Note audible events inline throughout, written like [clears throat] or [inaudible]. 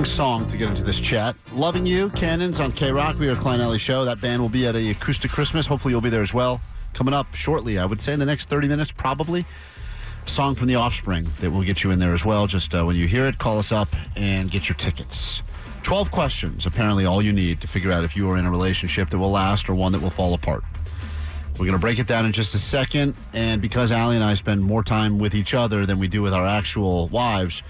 song to get into this chat. Loving You, Cannons on K Rock. We are Klein Alley Show. That band will be at a acoustic Christmas. Hopefully, you'll be there as well. Coming up shortly, I would say in the next 30 minutes, probably. Song from The Offspring that will get you in there as well. Just uh, when you hear it, call us up and get your tickets. 12 questions, apparently all you need to figure out if you are in a relationship that will last or one that will fall apart. We're going to break it down in just a second. And because Allie and I spend more time with each other than we do with our actual wives,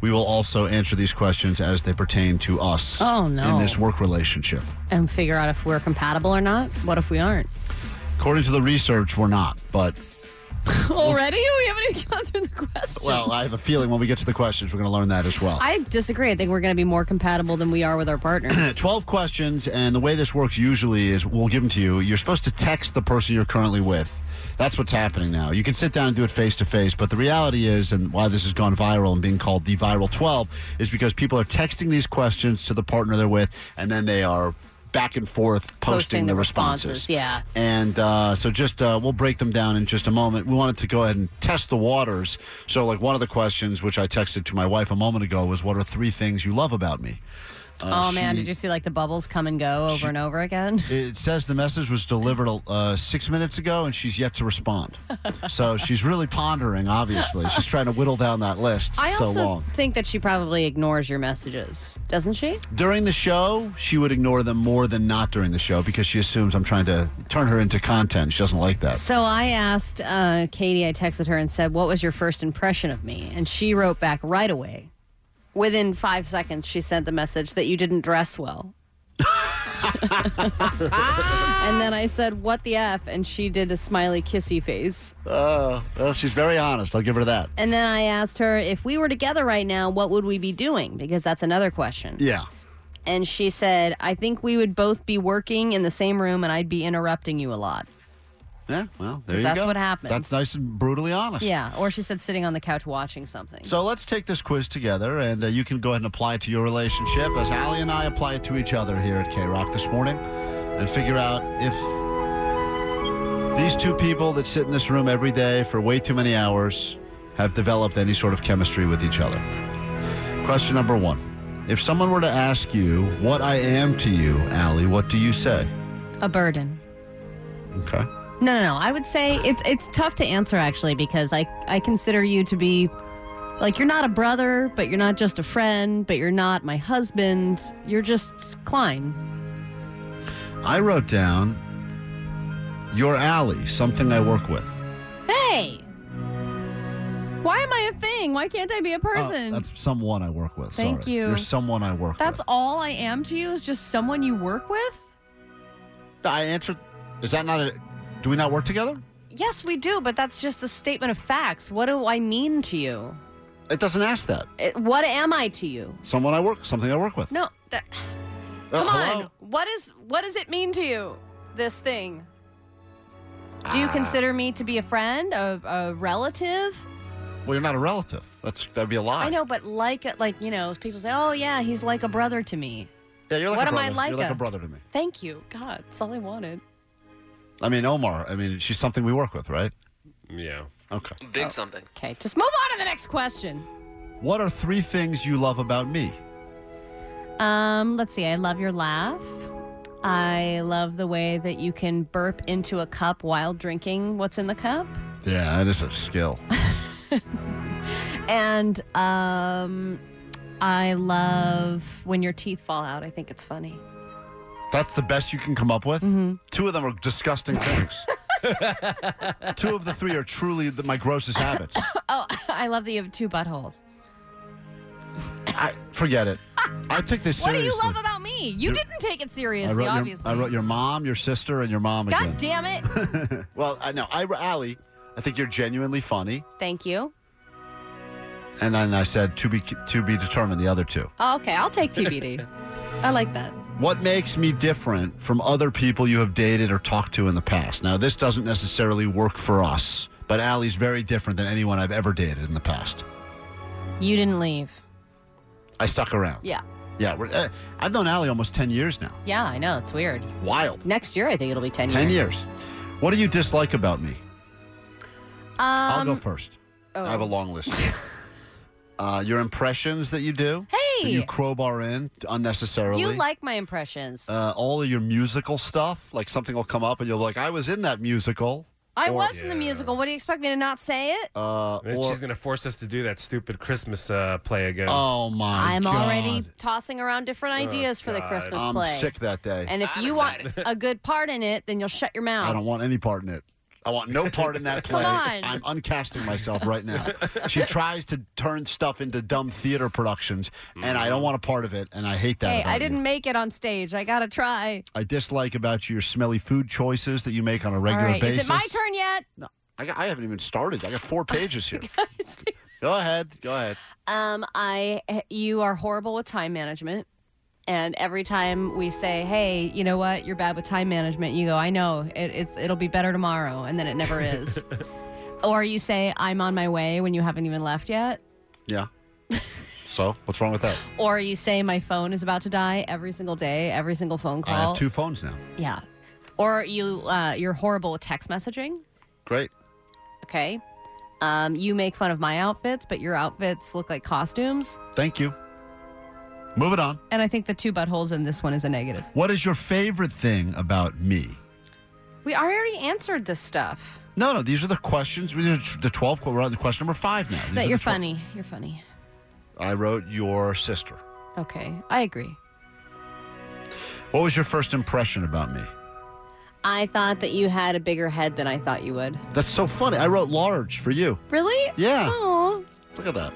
we will also answer these questions as they pertain to us Oh, no. in this work relationship. and figure out if we're compatible or not. What if we aren't? [laughs] [laughs] According to the research, we're not. But, Already? We haven't even gone through the questions. well, I have a feeling when we get to the questions, we're going to learn that as well. I disagree. I think we're going to be more compatible than we are with [clears throat] our partners. 12 questions, and the way this works usually is we'll give them to you. You're supposed to text the person you're currently with. That's what's happening now. You can sit down and do it face to face, but the reality is, and why this has gone viral and being called the viral 12, is because people are texting these questions to the partner they're with, and then they are back and forth posting, Posting the the responses, responses. yeah. And uh, so just uh, we'll break them down in just a moment. We wanted to go ahead and test the waters. So, like, one of the questions, which I texted to my wife a moment ago, was what are three things you love about me? Uh, oh, man. Did you see like the bubbles come and go over and over again? It says the message was delivered uh, six minutes ago, and she's yet to respond. so she's really pondering. Obviously, she's trying to whittle down that list I so also long. think that she probably ignores your messages, doesn't she? During the show, she would ignore them more than not during the show because she assumes I'm trying to turn her into content. She doesn't like that. So I asked uh, Katie, I texted her and said, What was your first impression of me? And she wrote back right away. Within five seconds, she sent the message that you didn't dress well. [laughs] and then I said, What the F? And she did a smiley kissy face. Uh, well, she's very honest. I'll give her that. And then I asked her, If we were together right now, what would we be doing? Because that's another question. Yeah. And she said, I think we would both be working in the same room and I'd be interrupting you a lot. Yeah. Well, there you That's go. what happens. That's nice and brutally honest. Yeah. Or she said, Sitting on the couch watching something. So let's take this quiz together, and uh, you can go ahead and apply it to your relationship as Allie and I apply it to each other here at K Rock this morning and figure out if these two people that sit in this room every day for way too many hours have developed any sort of chemistry with each other. Question number one If someone were to ask you what I am to you, Allie, what do you say? a burden. Okay. No, no, no. I would say it's it's tough to answer actually because I I consider you to be like you're not a brother, but you're not just a friend, but you're not my husband. You're just Klein. I wrote down, You're Allie, something I work with. Hey. Why am I a thing? Why can't I be a Oh, person? that's someone I work with. Thank Sorry. you. You're someone I work That's with. all I am to you is just someone you work with? I answered. Is that not a? Do we not work together? Yes, we do, but that's just a statement of facts. What do I mean to you? It doesn't ask that. It- what am I to you? Someone I work, something I work with. No, that, Uh, come on. hello? What is what does it mean to you? This thing. Do you Ah. consider me to be a friend, a, a relative? Well, you're not a relative. That's that'd be a lie. I know, but like, like you know, people say, "Oh yeah, he's like a brother to me." Yeah, you're like What a am I brother. like You're like a- a brother to me. Thank you, God. That's all I wanted. I mean, Omar. I mean, she's something we work with, right? Yeah. Okay. Big something. Okay, just move on to the next question. What are three things you love about me? Um, let's see. I love your laugh. I love the way that you can burp into a cup while drinking what's in the cup. [laughs] Yeah, that is a skill. And um, I love when your teeth fall out. I think it's funny. That's the best you can come up with. Mm-hmm. Two of them are disgusting [laughs] things. Two of the three are truly the, my grossest habits. Oh, [laughs] I love that you have two buttholes. I, forget it. I take this [laughs] What do seriously. you love about me? You You're- didn't take it I seriously, wrote, your, obviously. I wrote your mom, your sister, and your mom God again. damn it. [laughs] Well, I know. I, Allie, I think you're genuinely funny. Thank you. And then I said to be to be determined the other two. Oh, okay, I'll take [laughs] TBD. I like that. What makes me different from other people you have dated or talked to in the past? Now, this doesn't necessarily work for us, but Allie's very different than anyone I've ever dated in the past. You didn't leave. I stuck around. Yeah. Yeah, we're, eh, I've known Allie almost 10 years now. Yeah, I know. It's weird. Wild. Next year, I think it'll be 10 10 years. years. What do you dislike about me? Um, I'll go first. oh. I have a long list. [laughs] uh, your impressions that you do, that Hey, you you, crowbar in unnecessarily. like my impressions. uh, all of your musical stuff. Like something will come up and you'll be like, I was in that musical. I or- was in the Yeah. musical. What do you expect me to not say it? Uh, And or- she's going to force us to do that stupid Christmas uh, play again. oh my I'm God. Oh already tossing around different ideas for the God. Christmas I'm play. sick that day. And if you [laughs] want a good part in it, then you'll shut your mouth. I don't want any part in it. I want no part in that play. [laughs] Come on. I'm uncasting myself right now. [laughs] she tries to turn stuff into dumb theater productions, and I don't want a part of it, and I hate that. hey, about I you. didn't make it on stage. I gotta try. I dislike about you your smelly food choices that you make on a All regular right, basis. is it my turn yet? [laughs] No, I, got- I haven't even started. I got four pages here. go ahead. Go ahead. Um, I you are horrible with time management, and every time we say, "Hey, you know what? You're bad with time management," you go, "I know. It, it's it'll be better tomorrow," and then it [laughs] never is. or you say, "I'm on my way" when you haven't even left yet. [laughs] Yeah. so what's wrong with that? Or you say, "My phone is about to die" every single day, every single phone call. I have two phones now. Yeah. Or you uh, you're horrible with text messaging. Great. Okay. Um, you make fun of my outfits, but your outfits look like costumes. Thank you. Move it on. And I think the two buttholes in this one is a negative. What is your favorite thing about me? We I already answered this stuff. No, no. These are the questions. These are the twelve. We're on the question number five now. These are That the you're 12 funny. You're funny. I wrote your sister. Okay, I agree. What was your first impression about me? I thought that you had a bigger head than I thought you would. That's so funny. I wrote large for you. Really? Yeah. Aw. Look at that.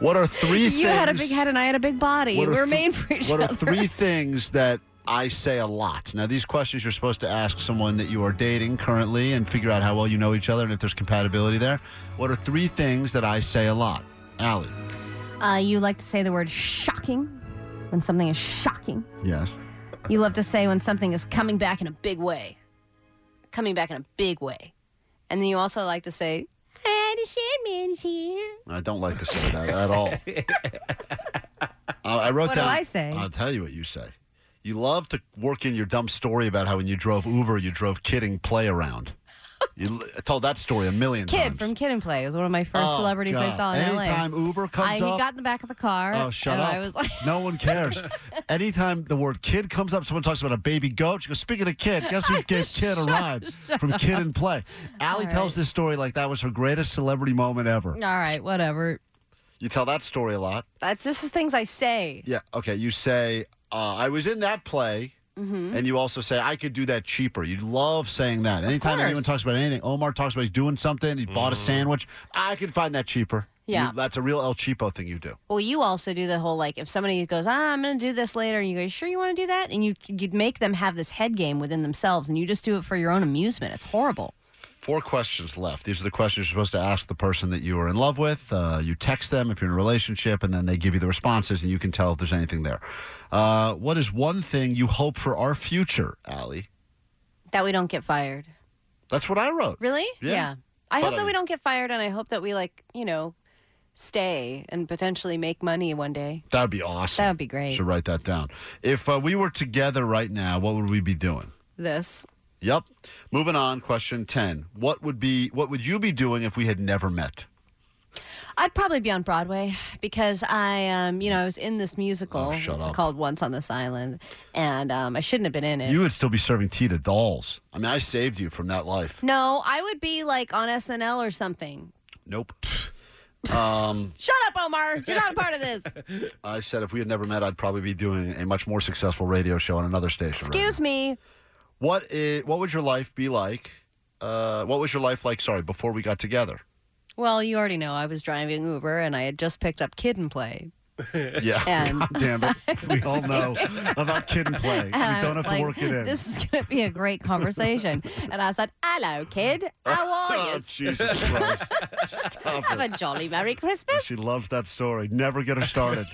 what are three things? [laughs] You had a big head and I had a big body. What are We're th- made for each What are other. three things that I say a lot? Now, these questions you're supposed to ask someone that you are dating currently and figure out how well you know each other and if there's compatibility there. What are three things that I say a lot? Allie. Uh, you like to say the word shocking when something is shocking. Yes. You love to say when something is coming back in a big way. Coming back in a big way. And then you also like to say, "Ah, the shaman's here." I don't like to say that at all. I I wrote What do down. I say? I'll tell you what you say. You love to work in your dumb story about how when you drove Uber, you drove kidding play [laughs] around. You l- told that story a million Kid times. from Kid and Play was one of my first Oh, celebrities I God. saw in LA. Anytime Uber comes I, he up, got in the back of the car. oh shut and up! I was like, [laughs] no one cares. Anytime the word "kid" comes up, someone talks about a baby goat. She goes, "Speaking of kid, guess [laughs] who gave kid a ride from Kid and Play?" Allie All tells right. this story like that was her greatest celebrity moment ever. all right, whatever. You tell that story a lot. That's just the things I say. Yeah. Okay. You say, uh, I was in that play. Mm-hmm. Mm. And you also say, I could do that cheaper. You love saying that. Anytime anyone course. talks about anything, Omar talks about he's doing something, he bought a sandwich. I could find that cheaper. Yeah. You- that's a real El Cheapo thing you do. Well, you also do the whole like if somebody goes, ah, I'm going to do this later, and you go, you sure you want to do that? And you you make them have this head game within themselves, and you just do it for your own amusement. It's horrible. Four questions left. These are the questions you're supposed to ask the person that you are in love with. Uh, you text them if you're in a relationship, and then they give you the responses, and you can tell if there's anything there. Uh, what is one thing you hope for our future, Allie? That we don't get fired. That's what I wrote. Really? Yeah. I But hope I that we mean- don't get fired, and I hope that we like you know stay and potentially make money one day. That would be awesome. That would be great. Should write that down. If uh, we were together right now, what would we be doing? This. Yep. Moving on. Question ten. What would be? What would you be doing if we had never met? I'd probably be on Broadway because I, um, you know, I was in this musical Oh, shut up. called Once on This Island, and um, I shouldn't have been in it. You would still be serving tea to dolls. I mean, I saved you from that life. no, I would be like on SNL or something. Nope. Um, Shut up, Omar. You're not a part [laughs] of this. I said if we had never met, I'd probably be doing a much more successful radio show on another station. right Excuse me. What is what would your life be like? Uh, what was your life like? Sorry, before we got together. Well, you already know I was driving Uber and I had just picked up Kid and Play. Yeah, And- God [laughs] damn it, [laughs] we all know about kid and play. we And I don't was have like, to work it in. This is going to be a great [laughs] conversation. and I said, Hello, kid. How are oh you? [laughs] Jesus Christ! Stop Have a it. jolly Merry Christmas. She loves that story. Never get her started.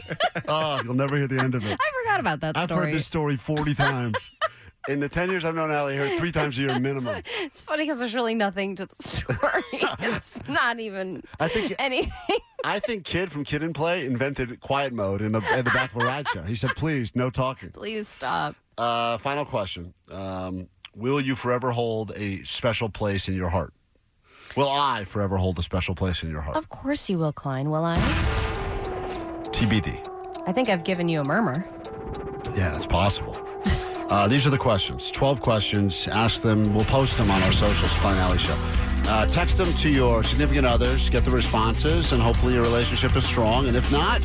oh, you'll never hear the end of it. I forgot about that I've story. heard this story forty times. In the ten years I've known Allie, I heard it three times a year [laughs] minimum. It's funny because there's really nothing to the [laughs] story. it's not even I think anything. [laughs] I think Kid from Kid and Play invented quiet mode in the in the back of a ride share. He said, "Please, no talking." Please stop. Uh, final question: um, Will you forever hold a special place in your heart? Will I forever hold a special place in your heart? Of course you will, Klein. Will I? TBD. I think I've given you a murmur. Yeah, that's possible. uh, these are the questions. Twelve questions. Ask them. We'll post them on our socials. Klein Alley Show. Uh, text them to your significant others. Get the responses, and hopefully your relationship is strong. And if not,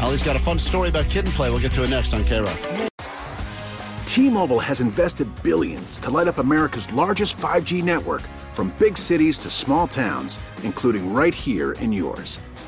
Allie's got a fun story about kid and play. We'll get to it next on K Rock. T-Mobile has invested billions to light up America's largest 5G network from big cities to small towns, including right here in yours.